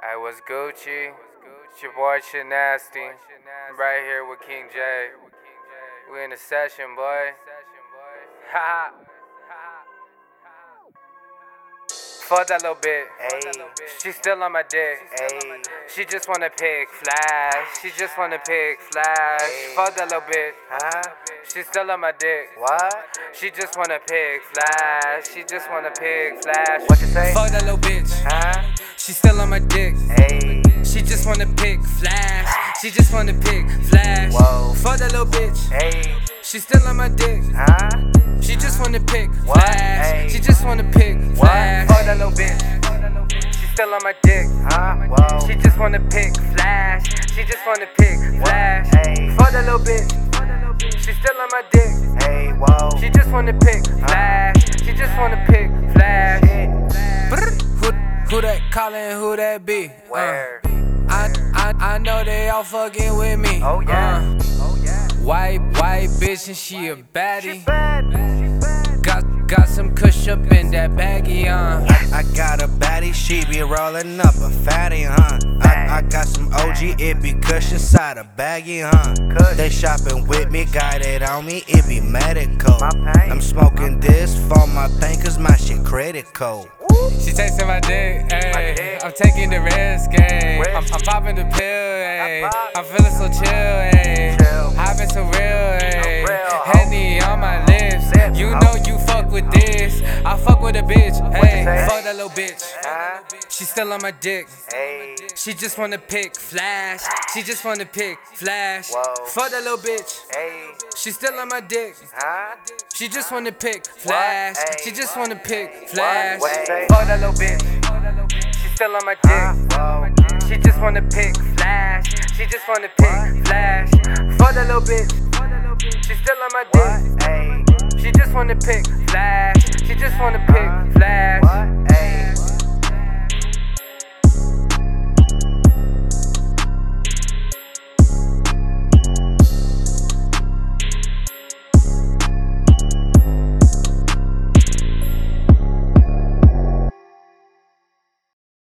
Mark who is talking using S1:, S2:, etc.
S1: I was Gucci. It's your boy Shit Nasty. I'm right here with King J. We in the session, boy. Ha! Fuck that little bit. She still on my dick. She just wanna pick flash. She just wanna pick flash. Fuck that little bit. She still on my dick.
S2: What?
S1: She just wanna pick flash. She just wanna pick flash.
S2: What you say?
S1: Fuck that little bitch.
S2: Huh?
S1: She still on my dick.
S2: Hey.
S1: She just wanna pick flash. She just wanna pick flash.
S2: Whoa.
S1: Fuck that little bitch.
S2: Hey.
S1: She still on my dick.
S2: Huh?
S1: She just wanna pick
S2: What?
S1: flash.
S2: Ayy.
S1: She just wanna pick
S2: What?
S1: flash.
S2: Fuck that little bitch.
S1: She still on my dick.
S2: Huh? Whoa.
S1: She just wanna pick flash. She just wanna pick flash.
S2: Ayy.
S1: Fuck that little bitch. She still on my dick.
S2: Hey, whoa.
S1: She just wanna pick flash. She just wanna pick flash.
S2: Shit.
S1: Brr. Who, who that calling? Who that be? Uh,
S2: Where?
S1: I, I I know they all fucking with me.
S2: Oh
S1: Uh,
S2: yeah. Oh yeah.
S1: white white bitch and she a baddie.
S2: Bad.
S1: Got got some kush up in that uh. baggie on.
S3: I got a baddie, she be rolling up a fatty, huh? I, I got some OG, it be cushion side a baggy, huh? They shopping with me, got it on me, it be medical. I'm smoking this for my pain, cause my shit critical.
S1: She tasting my dick, ayy.
S2: dick.
S1: I'm taking the risk, ayy.
S2: Risk.
S1: I'm, I'm popping the pill, ayy.
S2: I pop.
S1: I'm feeling so chill, ayy.
S2: Chill.
S1: I've been so real, ayy.
S2: real, ho.
S1: Henny on my lips.
S2: Lips,
S1: You
S2: ho.
S1: know you fuck with this. I fuck with a bitch, ayy.
S2: say?
S1: Fuck that little bitch.
S2: Huh?
S1: She still on my dick.
S2: Hey.
S1: She just wanna pick flash. She just wanna pick flash.
S2: Whoa.
S1: Fuck that little bitch.
S2: Hey.
S1: She still on my dick.
S2: Huh?
S1: She just wanna pick flash.
S2: Ayy.
S1: She just wanna pick flash.
S2: What you say?
S1: Fuck that little bitch. She still on my
S2: Huh?
S1: dick.
S2: Whoa.
S1: She just wanna pick flash. She just wanna pick flash. Fuck that little bitch. She still on my dick.
S2: What? Hey.
S1: She just wanna pick flash. She just wanna pick flash.
S2: What?